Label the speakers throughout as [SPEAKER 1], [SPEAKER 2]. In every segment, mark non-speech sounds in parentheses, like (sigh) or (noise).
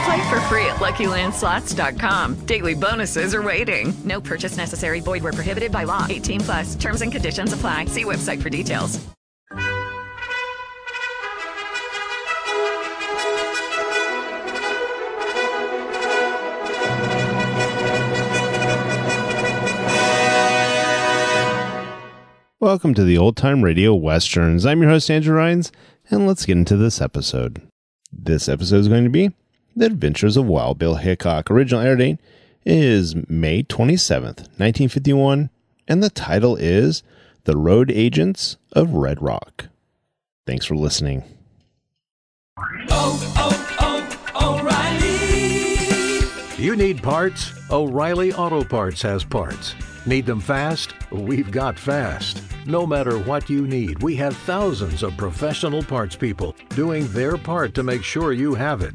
[SPEAKER 1] Play for free at LuckyLandSlots.com. Daily bonuses are waiting. No purchase necessary. Void where prohibited by law. 18 plus. Terms and conditions apply. See website for details.
[SPEAKER 2] Welcome to the Old Time Radio Westerns. I'm your host, Andrew Rhines, and let's get into this episode. This episode is going to be The Adventures of Wild Bill Hickok. Original air date is May 27th, 1951, and the title is The Road Agents of Red Rock. Thanks for listening.
[SPEAKER 3] You need parts? O'Reilly Auto Parts has parts. Need them fast? We've got fast. No matter what you need, we have thousands of professional parts people doing their part to make sure you have it.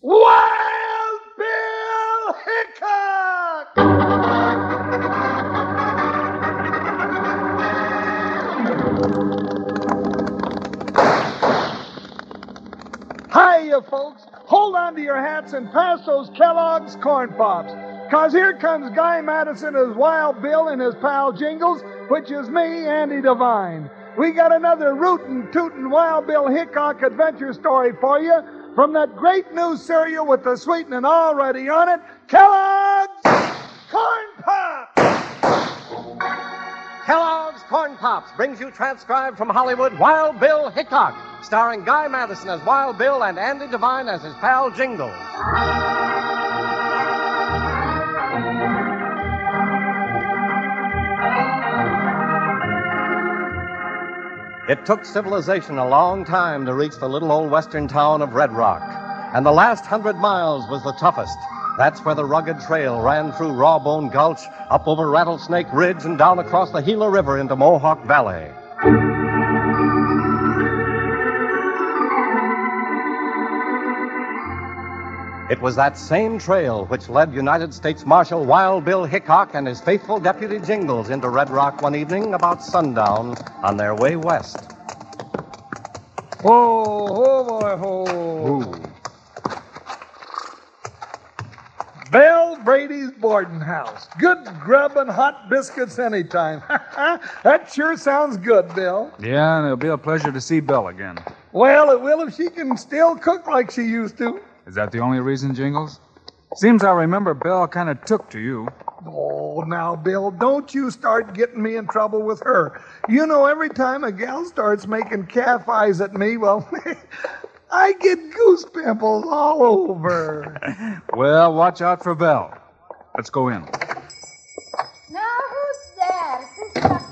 [SPEAKER 4] Wild Bill Hickok! Hiya, folks. Hold on to your hats and pass those Kellogg's Corn Pops. Cause here comes Guy Madison as Wild Bill and his pal Jingles, which is me, Andy Devine. We got another rootin' tootin' Wild Bill Hickok adventure story for you from that great new cereal with the sweetening already on it, Kellogg's Corn Pops!
[SPEAKER 5] Kellogg's Corn Pops brings you transcribed from Hollywood Wild Bill Hickok, starring Guy Madison as Wild Bill and Andy Devine as his pal Jingles. It took civilization a long time to reach the little old western town of Red Rock, and the last hundred miles was the toughest. That's where the rugged trail ran through Rawbone Gulch, up over Rattlesnake Ridge, and down across the Gila River into Mohawk Valley. It was that same trail which led United States Marshal Wild Bill Hickok and his faithful deputy Jingles into Red Rock one evening about sundown on their way west. oh
[SPEAKER 4] Ho, ho, boy, ho. Bell Brady's boarding house. Good grub and hot biscuits anytime. (laughs) that sure sounds good, Bill.
[SPEAKER 6] Yeah, and it'll be a pleasure to see Belle again.
[SPEAKER 4] Well, it will if she can still cook like she used to.
[SPEAKER 6] Is that the only reason, Jingles? Seems I remember Belle kind of took to you.
[SPEAKER 4] Oh, now, Bill, don't you start getting me in trouble with her. You know, every time a gal starts making calf eyes at me, well, (laughs) I get goose pimples all over.
[SPEAKER 6] Well, watch out for Belle. Let's go in.
[SPEAKER 7] Now who's there? This is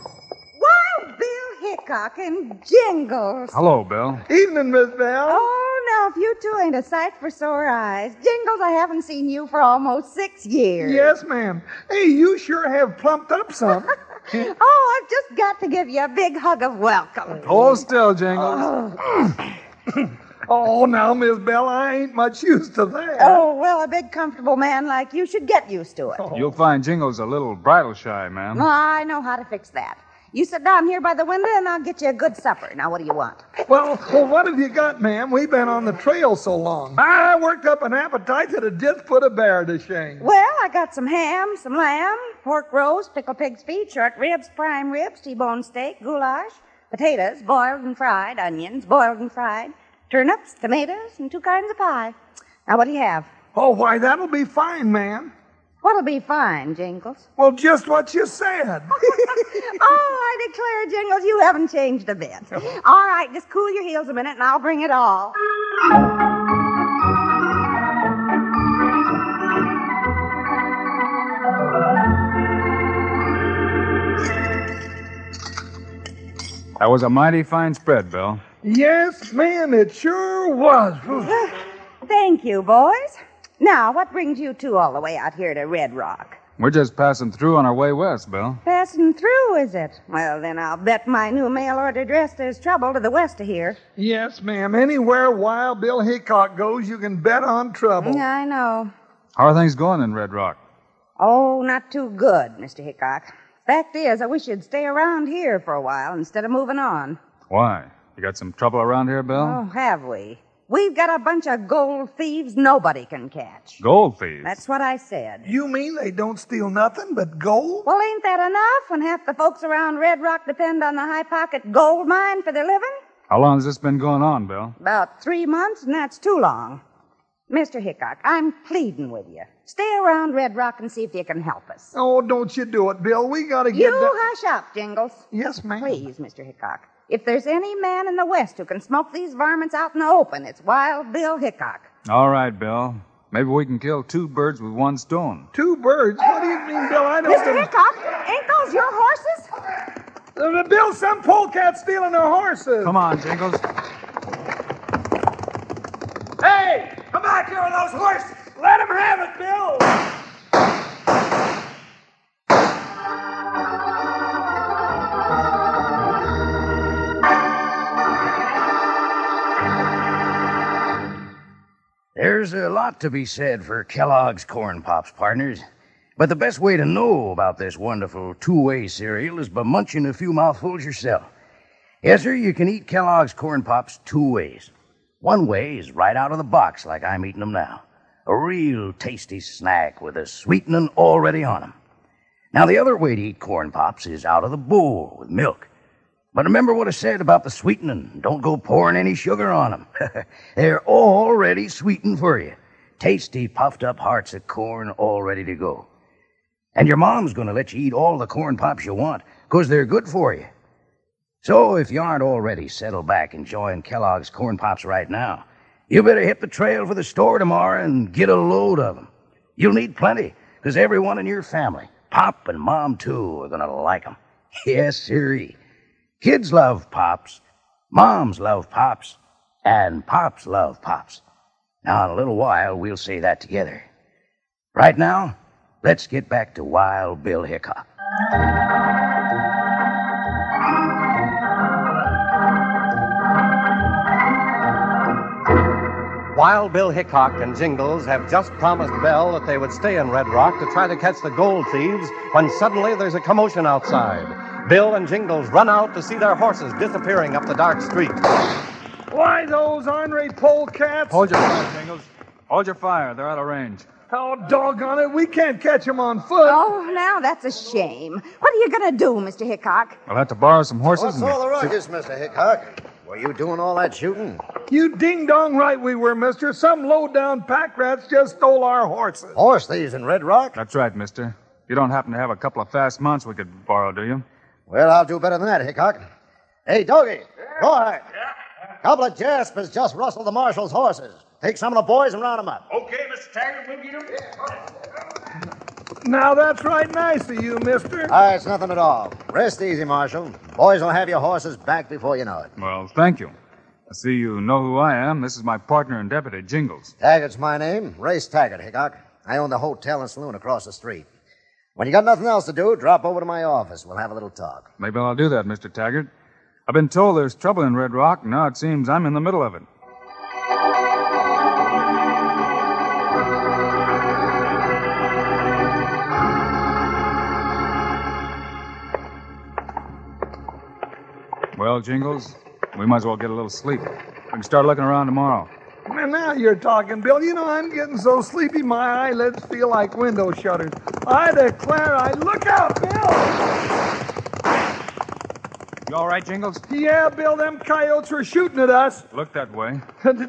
[SPEAKER 7] Wild Bill Hickok and Jingles.
[SPEAKER 6] Hello, Belle.
[SPEAKER 4] Evening, Miss Bell.
[SPEAKER 7] Oh, now if you two ain't a sight for sore eyes, Jingles, I haven't seen you for almost six years.
[SPEAKER 4] Yes, ma'am. Hey, you sure have plumped up some.
[SPEAKER 7] Oh, I've just got to give you a big hug of welcome.
[SPEAKER 6] Hold still, Jingles.
[SPEAKER 4] oh, now, Miss Bell, I ain't much used to that.
[SPEAKER 7] Oh, well, a big comfortable man like you should get used to it.
[SPEAKER 6] You'll find Jingles a little bridle shy, ma'am.
[SPEAKER 7] Well, I know how to fix that. You sit down here by the window and I'll get you a good supper. Now, what do you want?
[SPEAKER 4] Well, well, what have you got, ma'am? We've been on the trail so long. I worked up an appetite that it just put a bear to shame.
[SPEAKER 7] Well, I got some ham, some lamb, pork roast, pickled pig's feet, short ribs, prime ribs, T-bone steak, goulash, Potatoes, boiled and fried, onions, boiled and fried, turnips, tomatoes, and two kinds of pie. Now, what do you have?
[SPEAKER 8] Oh, why, that'll be fine, ma'am.
[SPEAKER 7] What'll be fine, Jingles?
[SPEAKER 8] (laughs) Well, just what you said.
[SPEAKER 7] (laughs) oh, I declare, Jingles, you haven't changed a bit.
[SPEAKER 8] (laughs)
[SPEAKER 7] All right, just cool your heels a minute and I'll bring it all.
[SPEAKER 2] That was a mighty fine spread, Bill.
[SPEAKER 8] Yes, ma'am, it sure was.
[SPEAKER 7] Thank you, boys. Now, what brings you two all the way out here to Red Rock?
[SPEAKER 2] We're just passing through on our way west, Bill.
[SPEAKER 7] Passing through, is it? Well, then I'll bet my new mail order dress there's trouble to the west of here.
[SPEAKER 8] Yes, ma'am. Anywhere Wild Bill Hickok goes, you can bet on trouble.
[SPEAKER 7] I know.
[SPEAKER 2] How are things going in Red Rock?
[SPEAKER 7] Oh, not too good, Mr. Hickok. Fact is, I wish you'd stay around here for a while instead of moving on.
[SPEAKER 2] Why? You got some trouble around here, Bill?
[SPEAKER 7] Oh, have we? We've got a bunch of gold thieves nobody can catch.
[SPEAKER 2] Gold thieves.
[SPEAKER 7] That's what I said.
[SPEAKER 8] You mean they don't steal nothing but gold?
[SPEAKER 7] Well, ain't that enough when half the folks around Red Rock depend on the high pocket gold mine for their living?
[SPEAKER 2] How long has this been going on, Bill?
[SPEAKER 7] About three months, and that's too long. Mr. Hickok, I'm pleading with you. Stay around Red Rock and see if you can help us.
[SPEAKER 8] Oh, don't you do it, Bill. We gotta
[SPEAKER 7] You
[SPEAKER 8] get that-
[SPEAKER 7] hush up, Jingles.
[SPEAKER 8] Yes, ma'am.
[SPEAKER 7] Please, Mr. Hickok. If there's any man in the West who can smoke these varmints out in the open, it's Wild Bill Hickok.
[SPEAKER 2] All right, Bill. Maybe we can kill two birds with one stone.
[SPEAKER 8] Two birds? What do you mean, Bill? I don't
[SPEAKER 7] Mr. Hickok, ain't those your horses?
[SPEAKER 8] Uh, Bill, some polecat's stealing our horses.
[SPEAKER 2] Come on, Jingles.
[SPEAKER 8] Hey, come back here with those horses. Let him have it, Bill.
[SPEAKER 4] There's a lot to be said for Kellogg's Corn Pops, partners. But the best way to know about this wonderful two way cereal is by munching a few mouthfuls yourself. Yes, sir, you can eat Kellogg's Corn Pops two ways. One way is right out of the box, like I'm eating them now a real tasty snack with a sweetening already on 'em. Now, the other way to eat Corn Pops is out of the bowl with milk. But remember what I said about the sweetening. Don't go pouring any sugar on 'em. (laughs) They're already sweetened for you. Tasty, puffed up hearts of corn all ready to go. And your mom's going to let you eat all the corn pops you want, 'cause they're good for you. So if you aren't already settled back enjoying Kellogg's corn pops right now, you better hit the trail for the store tomorrow and get a load of 'em. You'll need plenty, 'cause everyone in your family, Pop and Mom too, are going to like 'em. (laughs) Yes, sirree. Kids love pops, moms love pops, and pops love pops. Now, in a little while, we'll say that together. Right now, let's get back to Wild Bill Hickok.
[SPEAKER 9] While Bill Hickok and Jingles have just promised Bell that they would stay in Red Rock to try to catch the gold thieves, when suddenly there's a commotion outside. Bill and Jingles run out to see their horses disappearing up the dark street.
[SPEAKER 8] Why those ornery polecats?
[SPEAKER 2] Hold your fire, Jingles. Hold your fire. They're out of range.
[SPEAKER 8] Oh, doggone it. We can't catch him on foot.
[SPEAKER 7] Oh, now that's a shame. What are you going to do, Mr. Hickok?
[SPEAKER 2] I'll have to borrow some horses.
[SPEAKER 5] What's
[SPEAKER 2] and-
[SPEAKER 5] all the ruckus, Mr. Hickok? Were you doing all that shooting?
[SPEAKER 8] You ding dong right we were, mister. Some low down pack rats just stole our horses.
[SPEAKER 5] Horse thieves in Red Rock?
[SPEAKER 2] That's right, mister. You don't happen to have a couple of fast mounts we could borrow, do you?
[SPEAKER 5] Well, I'll do better than that, Hickok. Hey, Doggy, Rawhide. Couple of jaspers just rustled the marshal's horses. Take some of the boys and round 'em up.
[SPEAKER 10] Okay, Mr. Taggart, we'll get him.
[SPEAKER 8] Now that's right nice of you, mister.
[SPEAKER 5] Ah, it's nothing at all. Rest easy, Marshal. Boys will have your horses back before you know it.
[SPEAKER 2] Well, thank you. I see you know who I am. This is my partner and deputy, Jingles.
[SPEAKER 5] Taggart's my name. Race Taggart, Hickok. I own the hotel and saloon across the street. When you got nothing else to do, drop over to my office. We'll have a little talk.
[SPEAKER 2] Maybe I'll do that, Mr. Taggart. I've been told there's trouble in Red Rock, and now it seems I'm in the middle of it. Well, Jingles, we might as well get a little sleep. We can start looking around tomorrow.
[SPEAKER 8] Man, now you're talking, Bill. You know, I'm getting so sleepy my eyelids feel like window shutters. I declare I look out, Bill!
[SPEAKER 4] You all right, Jingles?
[SPEAKER 8] Yeah, Bill, them coyotes were shooting at us.
[SPEAKER 4] Looked
[SPEAKER 8] (laughs)
[SPEAKER 4] that way.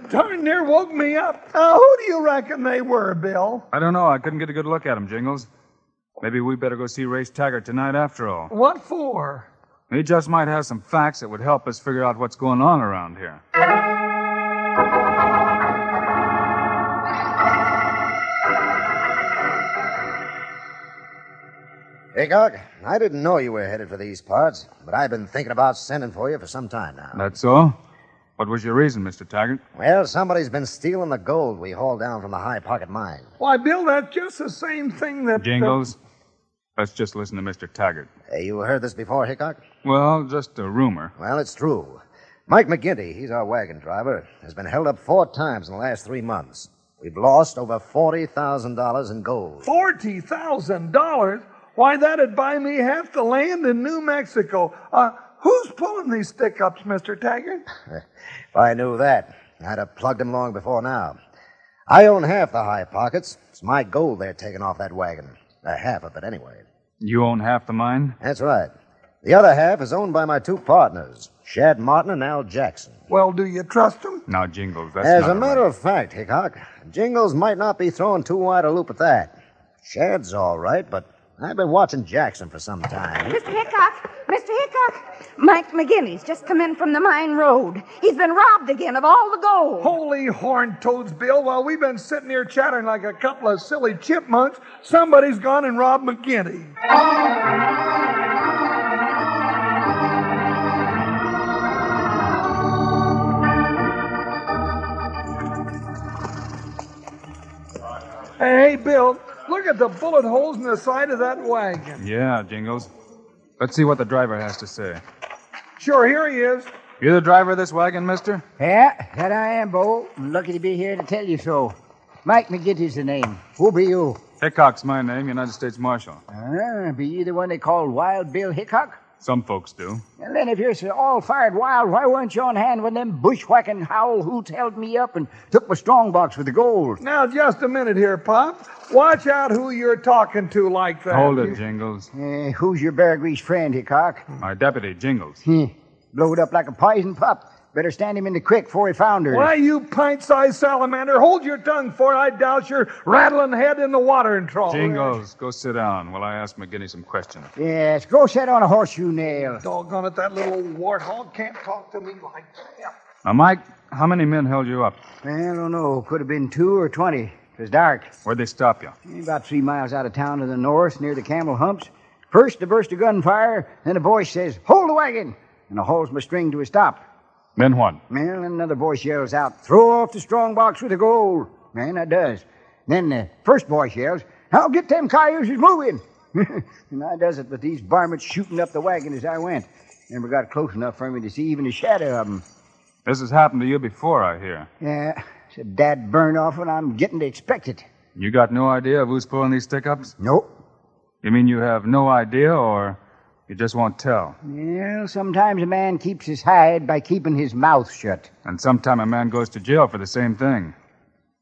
[SPEAKER 8] Darn near woke me up. Now, who do you reckon they were, Bill?
[SPEAKER 4] I don't know. I couldn't get a good look at him, Jingles. Maybe we better go see Race Taggart tonight after all.
[SPEAKER 8] What for?
[SPEAKER 4] He just might have some facts that would help us figure out what's going on around here.
[SPEAKER 11] Hickok, I didn't know you were headed for these parts, but I've been thinking about sending for you for some time now.
[SPEAKER 4] That's all? What was your reason, Mr. Taggart?
[SPEAKER 11] Well, somebody's been stealing the gold we hauled down from the high pocket mine.
[SPEAKER 8] Why, Bill, that's just the same thing that.
[SPEAKER 4] Jingles, let's just listen to Mr. Taggart.
[SPEAKER 11] Hey, you heard this before, Hickok?
[SPEAKER 4] Well, just a rumor.
[SPEAKER 11] Well, it's true. Mike McGinty, he's our wagon driver, has been held up four times in the last three months. We've lost over $40,000 in gold.
[SPEAKER 8] $40,000? Why, that'd buy me half the land in New Mexico. Uh, who's pulling these stick ups, Mr. Taggart?
[SPEAKER 11] (laughs) If I knew that, I'd have plugged him long before now. I own half the high pockets. It's my gold they're taking off that wagon. Uh, half of it, anyway.
[SPEAKER 4] You own half the mine?
[SPEAKER 11] That's right. The other half is owned by my two partners, Shad Martin and Al Jackson.
[SPEAKER 8] Well, do you trust them?
[SPEAKER 4] Now, Jingles, that's
[SPEAKER 11] As
[SPEAKER 4] not
[SPEAKER 11] a matter of fact, Hickok, Jingles might not be throwing too wide a loop at that. Shad's all right, but I've been watching Jackson for some time.
[SPEAKER 7] Mr. Hickok, Mr. Hickok, Mike McGinley's just come in from the mine road. He's been robbed again of all the gold.
[SPEAKER 8] Holy horn toads, Bill. While we've been sitting here chattering like a couple of silly chipmunks, somebody's gone and robbed McGinty. Hey, Bill, look at the bullet holes in the side of that wagon.
[SPEAKER 4] Yeah, Jingles. Let's see what the driver has to say.
[SPEAKER 8] Sure, here he is.
[SPEAKER 4] You the driver of this wagon, mister?
[SPEAKER 5] Yeah, that I am, Bo. I'm lucky to be here to tell you so. Mike McGinty's the name. Who be you?
[SPEAKER 4] Hickok's my name, United States Marshal.
[SPEAKER 5] Uh, be you the one they call Wild Bill Hickok?
[SPEAKER 4] Some folks do.
[SPEAKER 5] And then if you're so all fired wild, why weren't you on hand when them bushwhacking howl hoots held me up and took my strong box with the gold?
[SPEAKER 8] Now, just a minute here, Pop. Watch out who you're talking to like that.
[SPEAKER 4] Hold it, Jingles.
[SPEAKER 5] Uh, who's your bear grease friend, Hickok?
[SPEAKER 4] My deputy, Jingles.
[SPEAKER 5] Hmm. Blowed up like a poison pup. Better stand him in the creek before he founders.
[SPEAKER 8] Why, you pint sized salamander, hold your tongue before I douse your rattling head in the watering trough.
[SPEAKER 4] Jingles, go sit down while I ask McGinney some questions.
[SPEAKER 5] Yes, go set on a horseshoe nail.
[SPEAKER 8] Doggone it, that little old warthog can't talk to me like that.
[SPEAKER 4] Now, Mike, how many men held you up?
[SPEAKER 5] I don't know. Could have been two or twenty. It was dark.
[SPEAKER 4] Where'd they stop you?
[SPEAKER 5] About three miles out of town to the north, near the camel humps. First, a burst of gunfire, then a voice says, Hold the wagon! And I hauls my string to a stop.
[SPEAKER 4] Then what?
[SPEAKER 5] Man, another voice yells out, Throw off the strong box with the gold. Man, I does. Then the first voice yells, I'll get them coyotes is moving. (laughs) and I does it with these varmints shooting up the wagon as I went. Never got close enough for me to see even a shadow of 'em.
[SPEAKER 4] This has happened to you before, I hear.
[SPEAKER 5] Yeah, it's a dad burn off, and I'm getting to expect it.
[SPEAKER 4] You got no idea of who's pulling these stick ups?
[SPEAKER 5] Nope.
[SPEAKER 4] You mean you have no idea, or you just won't tell?
[SPEAKER 5] Well, sometimes a man keeps his hide by keeping his mouth shut.
[SPEAKER 4] And sometime a man goes to jail for the same thing.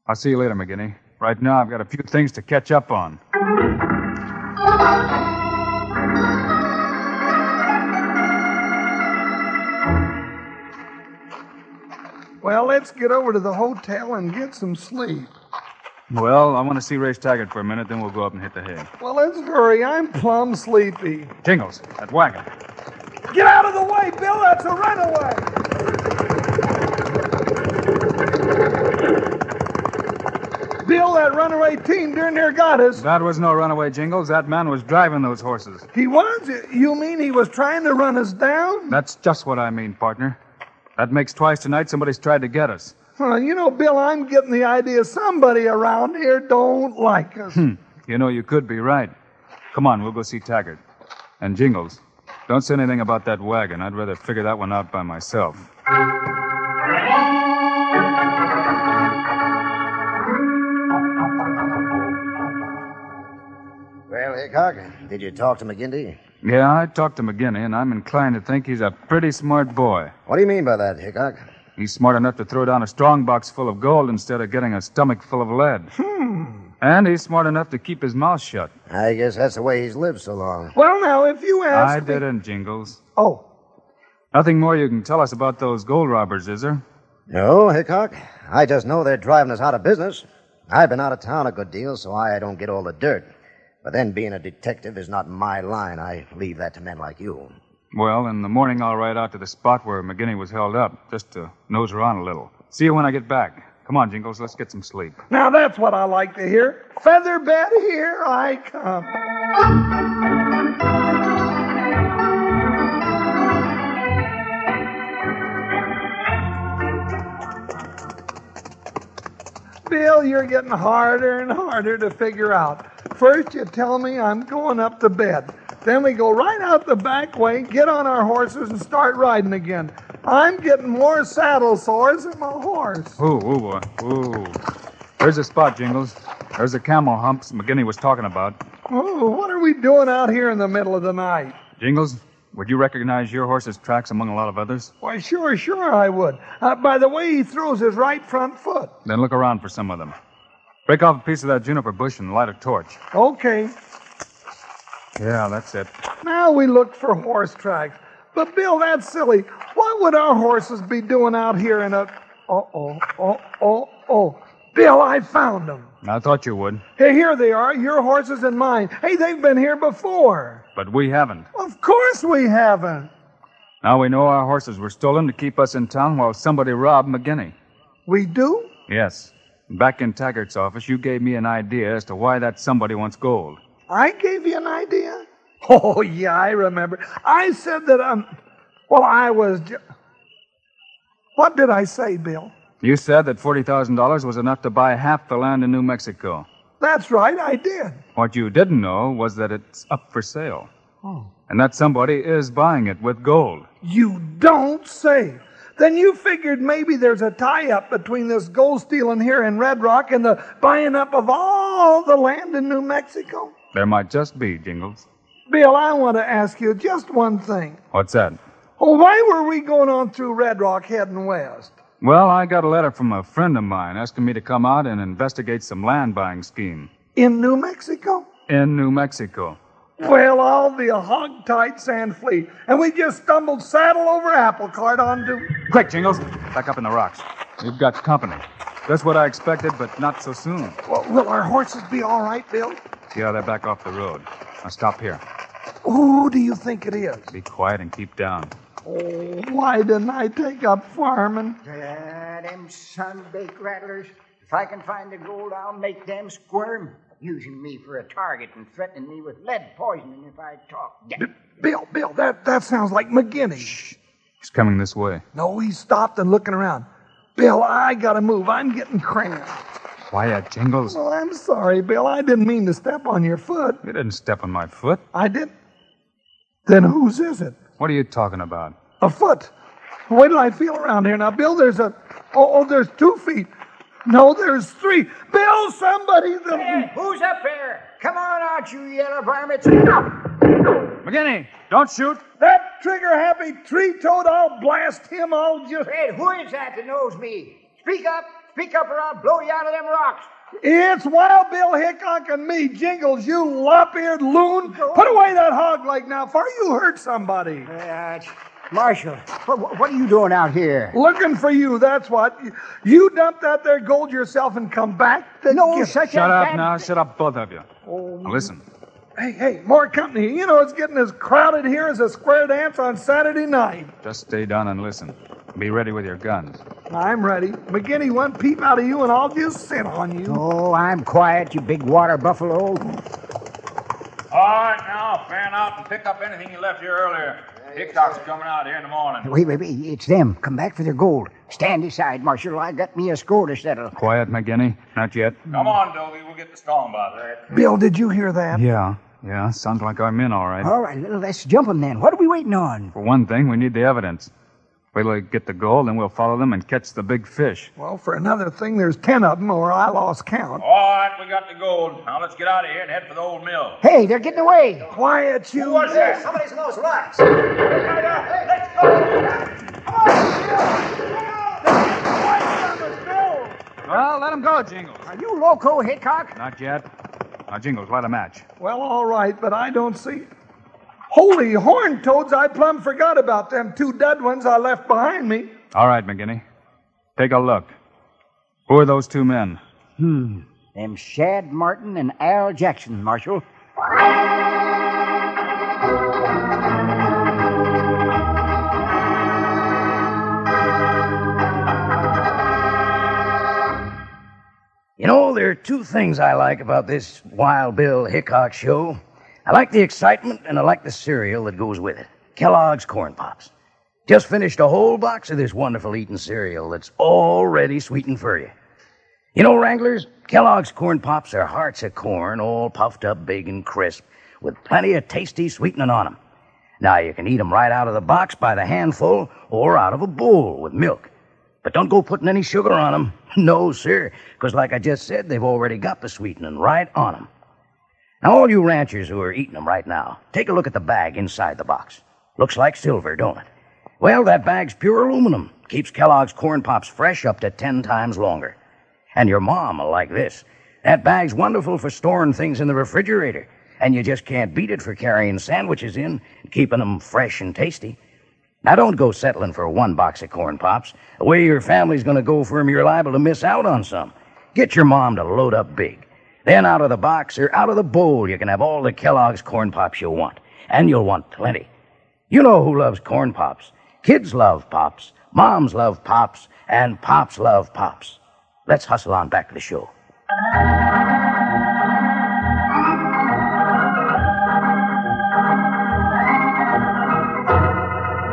[SPEAKER 4] I'll see you later, McGinney. Right now, I've got a few things to catch up on.
[SPEAKER 8] Well, let's get over to the hotel and get some sleep.
[SPEAKER 4] Well, I want to see Race Taggart for a minute, then we'll go up and hit the hay.
[SPEAKER 8] Well, let's hurry. I'm plumb sleepy.
[SPEAKER 4] Jingles, that wagon.
[SPEAKER 8] Get out of the way, Bill. That's a runaway. Bill, that runaway team darn near got us.
[SPEAKER 4] That was no runaway, Jingles. That man was driving those horses.
[SPEAKER 8] He was? You mean he was trying to run us down?
[SPEAKER 4] That's just what I mean, partner. That makes twice tonight somebody's tried to get us.
[SPEAKER 8] Huh, you know, Bill, I'm getting the idea somebody around here don't like us.
[SPEAKER 4] Hmm. You know, you could be right. Come on, we'll go see Taggart. And Jingles, don't say anything about that wagon. I'd rather figure that one out by myself.
[SPEAKER 11] Well, Hickok, did you talk to McGinty?
[SPEAKER 4] Yeah, I talked to McGinney, and I'm inclined to think he's a pretty smart boy.
[SPEAKER 11] What do you mean by that, Hickok?
[SPEAKER 4] He's smart enough to throw down a strong box full of gold instead of getting a stomach full of lead. And he's smart enough to keep his mouth shut.
[SPEAKER 11] I guess that's the way he's lived so long.
[SPEAKER 8] Well, now, if you
[SPEAKER 4] I
[SPEAKER 8] ask. me-
[SPEAKER 4] didn't, Jingles.
[SPEAKER 8] Oh.
[SPEAKER 4] Nothing more you can tell us about those gold robbers, is there?
[SPEAKER 12] No, Hickok. I just know they're driving us out of business. I've been out of town a good deal, so I don't get all the dirt. But then being a detective is not my line. I leave that to men like you.
[SPEAKER 4] Well, in the morning I'll ride out to the spot where McGinney was held up, just to nose around a little. See you when I get back. Come on, Jingles, let's get some sleep.
[SPEAKER 2] Now that's what I like to hear. Feather bed, here I come. Bill, you're getting harder and harder to figure out. First, you tell me I'm going up to bed. Then we go right out the back way, get on our horses, and start riding again. I'm getting more saddle sores than my horse.
[SPEAKER 4] Ooh, ooh, boy. Ooh. There's a spot, Jingles. There's the camel humps McGinney was talking about.
[SPEAKER 2] Oh, what are we doing out here in the middle of the night?
[SPEAKER 4] Jingles, would you recognize your horse's tracks among a lot of others?
[SPEAKER 2] Why, sure, sure I would. Uh, by the way, he throws his right front foot.
[SPEAKER 4] Then look around for some of them. Break off a piece of that juniper bush and light a torch.
[SPEAKER 2] Okay,
[SPEAKER 4] Yeah, that's it.
[SPEAKER 2] now we look for horse tracks. But, Bill, that's silly. What would our horses be doing out here in a. Uh oh, oh, oh, oh. Bill, I found them.
[SPEAKER 4] I thought you would,
[SPEAKER 2] Hey, here they are, your horses and mine. Hey, they've been here before.
[SPEAKER 4] but we haven't.
[SPEAKER 2] Of course we haven't.
[SPEAKER 4] Now we know our horses were stolen to keep us in town while somebody robbed McGinney.
[SPEAKER 2] We do?
[SPEAKER 4] Yes. Back in Taggart's office, you gave me an idea as to why that somebody wants gold.
[SPEAKER 2] I gave you an idea? (laughs) Oh, yeah, I remember. I said that, um, well, I was. Ju- what did I say, Bill?
[SPEAKER 4] You said that $40,000 was enough to buy half the land in New Mexico.
[SPEAKER 2] That's right, I did.
[SPEAKER 4] What you didn't know was that it's up for sale,
[SPEAKER 2] Oh.
[SPEAKER 4] and that somebody is buying it with gold.
[SPEAKER 2] You don't say. Then you figured maybe there's a tie up between this gold stealing here in Red Rock and the buying up of all the land in New Mexico?
[SPEAKER 4] There might just be, Jingles.
[SPEAKER 2] Bill, I want to ask you just one thing.
[SPEAKER 4] What's that?
[SPEAKER 2] Oh, why were we going on through Red Rock heading west?
[SPEAKER 4] Well, I got a letter from a friend of mine asking me to come out and investigate some land buying scheme
[SPEAKER 2] In New Mexico?
[SPEAKER 4] in New Mexico.
[SPEAKER 2] Well, I'll be a hogtight sand flea. And we just stumbled saddle over apple cart onto.
[SPEAKER 4] Quick, Jingles, back up in the rocks. We've got company. That's what I expected, but not so soon.
[SPEAKER 2] Well, will our horses be all right, Bill?
[SPEAKER 4] Yeah, they're back off the road. Now stop here.
[SPEAKER 2] Who do you think it is?
[SPEAKER 4] Be quiet and keep down.
[SPEAKER 2] Oh, why didn't I take up farming?
[SPEAKER 5] Ah, them sun-baked rattlers. If I can find the gold, I'll make them squirm. Using me for a target and threatening me with lead poisoning if I talk. Death.
[SPEAKER 2] Bill, Bill, that, that sounds like McGinney.
[SPEAKER 4] He's coming this way.
[SPEAKER 2] No, he stopped and looking around. Bill, I gotta move. I'm getting
[SPEAKER 8] (laughs)
[SPEAKER 2] cramped.
[SPEAKER 4] Quiet, Jingles.
[SPEAKER 2] Well, I'm sorry, Bill. I didn't mean to step on your foot.
[SPEAKER 4] You didn't step on my foot.
[SPEAKER 2] I did. Then whose is it?
[SPEAKER 4] What are you talking about?
[SPEAKER 2] A foot. Wait till I feel around here. Now, Bill, there's a. Oh, oh there's two feet. No, there's three. Bill, somebody. The...
[SPEAKER 5] Who's up there? Come on out, you yellow varmints. Up!
[SPEAKER 4] McGinney, don't shoot.
[SPEAKER 2] That trigger happy tree toad, I'll blast him. I'll just.
[SPEAKER 5] Red, who is that that knows me? Speak up. Speak up or I'll blow you out of them rocks.
[SPEAKER 2] It's Wild Bill Hickok and me, Jingles, you lop eared loon. Put away that hog leg now, for you hurt somebody.
[SPEAKER 13] Marshal, what, what are you doing out here?
[SPEAKER 2] Looking for you, that's what. You dumped out there gold yourself and come back. To no, such Oh,
[SPEAKER 4] Shut up now. Shut up, both of you. Now listen.
[SPEAKER 2] Hey, hey, more company. You know, it's getting as crowded here as a square dance on Saturday night.
[SPEAKER 4] Just stay down and listen. Be ready with your guns.
[SPEAKER 2] I'm ready. McGinney, one peep out of you, and I'll just sit on you.
[SPEAKER 13] Oh, I'm quiet, you big water buffalo.
[SPEAKER 14] All right, now fan out and pick up anything you left here earlier. Hickok's coming out here in the morning.
[SPEAKER 13] Wait, wait, wait. It's them. Come back for their gold. Stand aside, Marshal. I got me a score to settle.
[SPEAKER 4] Quiet, McGinney. Not yet.
[SPEAKER 14] Come on, Doggy, we'll get the storm by that.
[SPEAKER 2] Bill, did you hear that?
[SPEAKER 4] Yeah, yeah. Sounds like our men, all right.
[SPEAKER 13] All right, let's jump 'em then. What are we waiting on?
[SPEAKER 4] For one thing, we need the evidence. Wait till they get the gold, then we'll follow them and catch the big fish.
[SPEAKER 2] Well, for another thing, there's ten of them, or I lost count.
[SPEAKER 14] All right, we got the gold. Now let's get out of here and head for the old mill.
[SPEAKER 13] Hey, they're getting away.
[SPEAKER 2] Quiet, you.
[SPEAKER 14] was that?
[SPEAKER 5] Somebody's in those rocks.
[SPEAKER 4] Well, let them go, Jingles.
[SPEAKER 13] Are you loco, Hickok?
[SPEAKER 4] Not yet. Now, Jingles, light a match.
[SPEAKER 2] Well, all right, but I don't see.
[SPEAKER 8] Holy horn toads, I plumb forgot about them two dead ones I left behind me.
[SPEAKER 4] All right, McGinney. Take a look. Who are those two men?
[SPEAKER 15] Hmm. Them Shad Martin and Al Jackson, Marshal.
[SPEAKER 5] You know, there are two things I like about this Wild Bill Hickok show. I like the excitement and I like the cereal that goes with it. Kellogg's Corn Pops. Just finished a whole box of this wonderful eating cereal that's already sweetened for you. You know, Wranglers, Kellogg's Corn Pops are hearts of corn, all puffed up big and crisp, with plenty of tasty sweetening on 'em. Now, you can eat 'em right out of the box by the handful or out of a bowl with milk. But don't go putting any sugar on 'em. (laughs) No, sir, 'cause like I just said, they've already got the sweetening right on 'em. Now, all you ranchers who are eating 'em right now, take a look at the bag inside the box. Looks like silver, don't it? Well, that bag's pure aluminum. Keeps Kellogg's Corn Pops fresh up to ten times longer. And your mom will like this. That bag's wonderful for storing things in the refrigerator. And you just can't beat it for carrying sandwiches in and keeping 'em fresh and tasty. Now, don't go settling for one box of corn pops. The way your family's going to go for 'em, you're liable to miss out on some. Get your mom to load up big. Then, out of the box or out of the bowl, you can have all the Kellogg's corn pops you want. And you'll want plenty. You know who loves corn pops. Kids love pops, moms love pops, and pops love pops. Let's hustle on back to the show.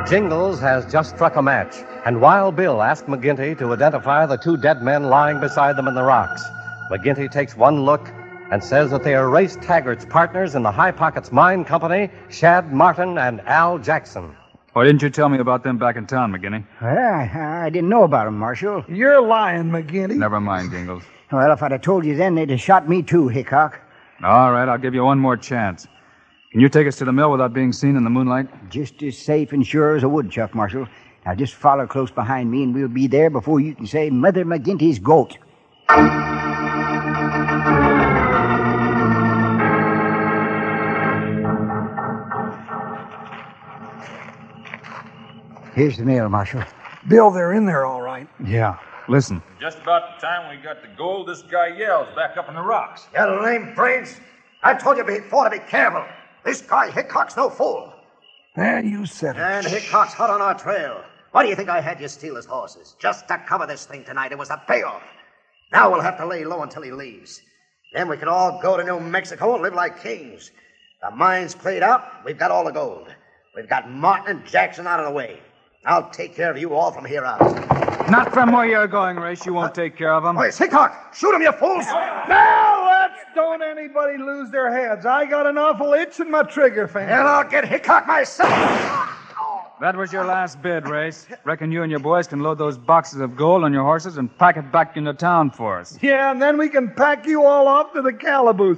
[SPEAKER 16] Jingles has just struck a match, and Wild Bill asked McGinty to identify the two dead men lying beside them in the rocks. McGinty takes one look and says that they are Race Taggart's partners in the High Pockets Mine Company, Shad Martin and Al Jackson.
[SPEAKER 4] Why didn't you tell me about them back in town, McGinney?
[SPEAKER 15] Well, I, I didn't know about him, Marshal.
[SPEAKER 8] You're lying, McGinney.
[SPEAKER 4] Never mind, Jingles.
[SPEAKER 15] Well, if I'd have told you then, they'd have shot me too, Hickok.
[SPEAKER 4] All right, I'll give you one more chance. Can you take us to the mill without being seen in the moonlight?
[SPEAKER 15] Just as safe and sure as a woodchuck, Marshal. Now just follow close behind me, and we'll be there before you can say Mother McGinty's goat. Here's the mail, Marshal.
[SPEAKER 8] Bill, they're in there all right.
[SPEAKER 4] Yeah. Listen.
[SPEAKER 17] Just about the time we got the gold, this guy yells back up in the rocks.
[SPEAKER 18] Yellow lame brains. I told you before to be careful. This guy Hickok's no fool.
[SPEAKER 8] And you said it.
[SPEAKER 18] And Hickok's hot on our trail. Why do you think I had you steal his horses? Just to cover this thing tonight. It was a payoff. Now we'll have to lay low until he leaves. Then we can all go to New Mexico and live like kings. The mine's cleared out. We've got all the gold. We've got Martin and Jackson out of the way. I'll take care of you all from here out.
[SPEAKER 4] Not from where you're going, Race. You won't take care of them.
[SPEAKER 18] Wait, Hickok! Shoot him, you fools!
[SPEAKER 8] Now let's don't anybody lose their heads. I got an awful itch in my trigger finger.
[SPEAKER 18] And I'll get Hickok myself.
[SPEAKER 4] That was your last bid, Race. Reckon you and your boys can load those boxes of gold on your horses and pack it back into town for us.
[SPEAKER 8] Yeah, and then we can pack you all off to the calaboose.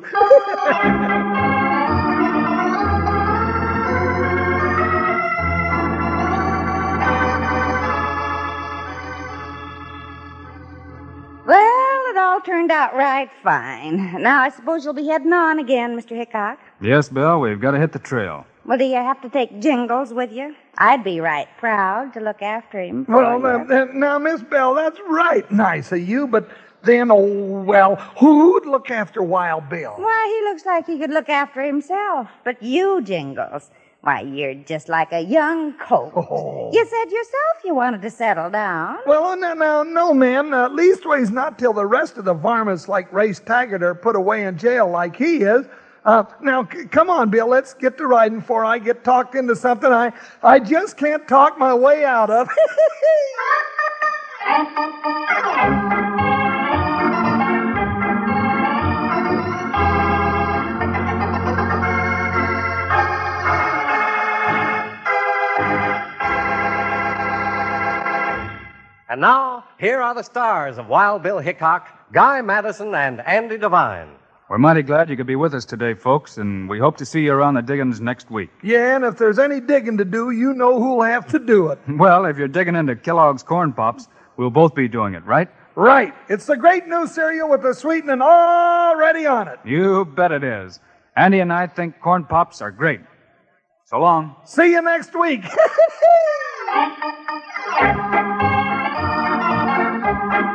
[SPEAKER 19] Well, it all turned out right fine. Now I suppose you'll be heading on again, Mr. Hickok.
[SPEAKER 4] Yes, Bill, we've got to hit the trail.
[SPEAKER 19] Well, do you have to take Jingles with you? I'd be right proud to look after him. for
[SPEAKER 8] Well,
[SPEAKER 19] you.
[SPEAKER 8] now, now- now, Miss Bell, that's right nice of you, but then, oh, well, who'd look after Wild Bill?
[SPEAKER 19] Why, he looks like he could look after himself. But you, Jingles, why, you're just like a young colt. You said yourself you wanted to settle down.
[SPEAKER 8] Well, no, no, no, ma'am. Uh, leastways, not till the rest of the varmints like Race Taggart are put away in jail like he is. Uh, now, c- come on, Bill, let's get to riding before I get talked into something I, I just can't talk my way out of. (laughs)
[SPEAKER 16] And now, here are the stars of Wild Bill Hickok, Guy Madison, and Andy Devine.
[SPEAKER 4] We're mighty glad you could be with us today, folks, and we hope to see you around the diggings next week.
[SPEAKER 8] yeah, and if there's any digging to do, you know who'll have to do it.
[SPEAKER 4] (laughs) Well, if you're digging into Kellogg's Corn Pops, we'll both be doing it, right?
[SPEAKER 8] Right. It's the great new cereal with the sweetening already on it.
[SPEAKER 4] You bet it is. Andy and I think corn pops are great. So long.
[SPEAKER 8] See you next week. (laughs)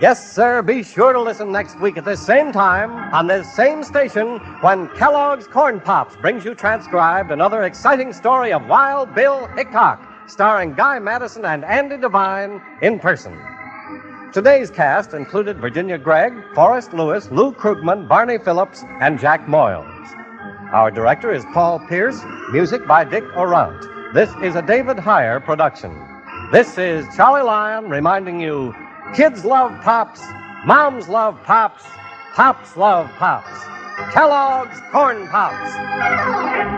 [SPEAKER 5] Yes, sir, be sure to listen next week at this same time on this same station when Kellogg's Corn Pops brings you transcribed another exciting story of Wild Bill Hickok, starring Guy Madison and Andy Devine in person. Today's cast included Virginia Gregg, Forrest Lewis, Lou Krugman, Barney Phillips, and Jack Moyles. Our director is Paul Pierce, music by Dick Orant. This is a David Heyer production. This is Charlie Lyon reminding you kids love pops, moms love pops, pops love pops. Kellogg's Corn Pops.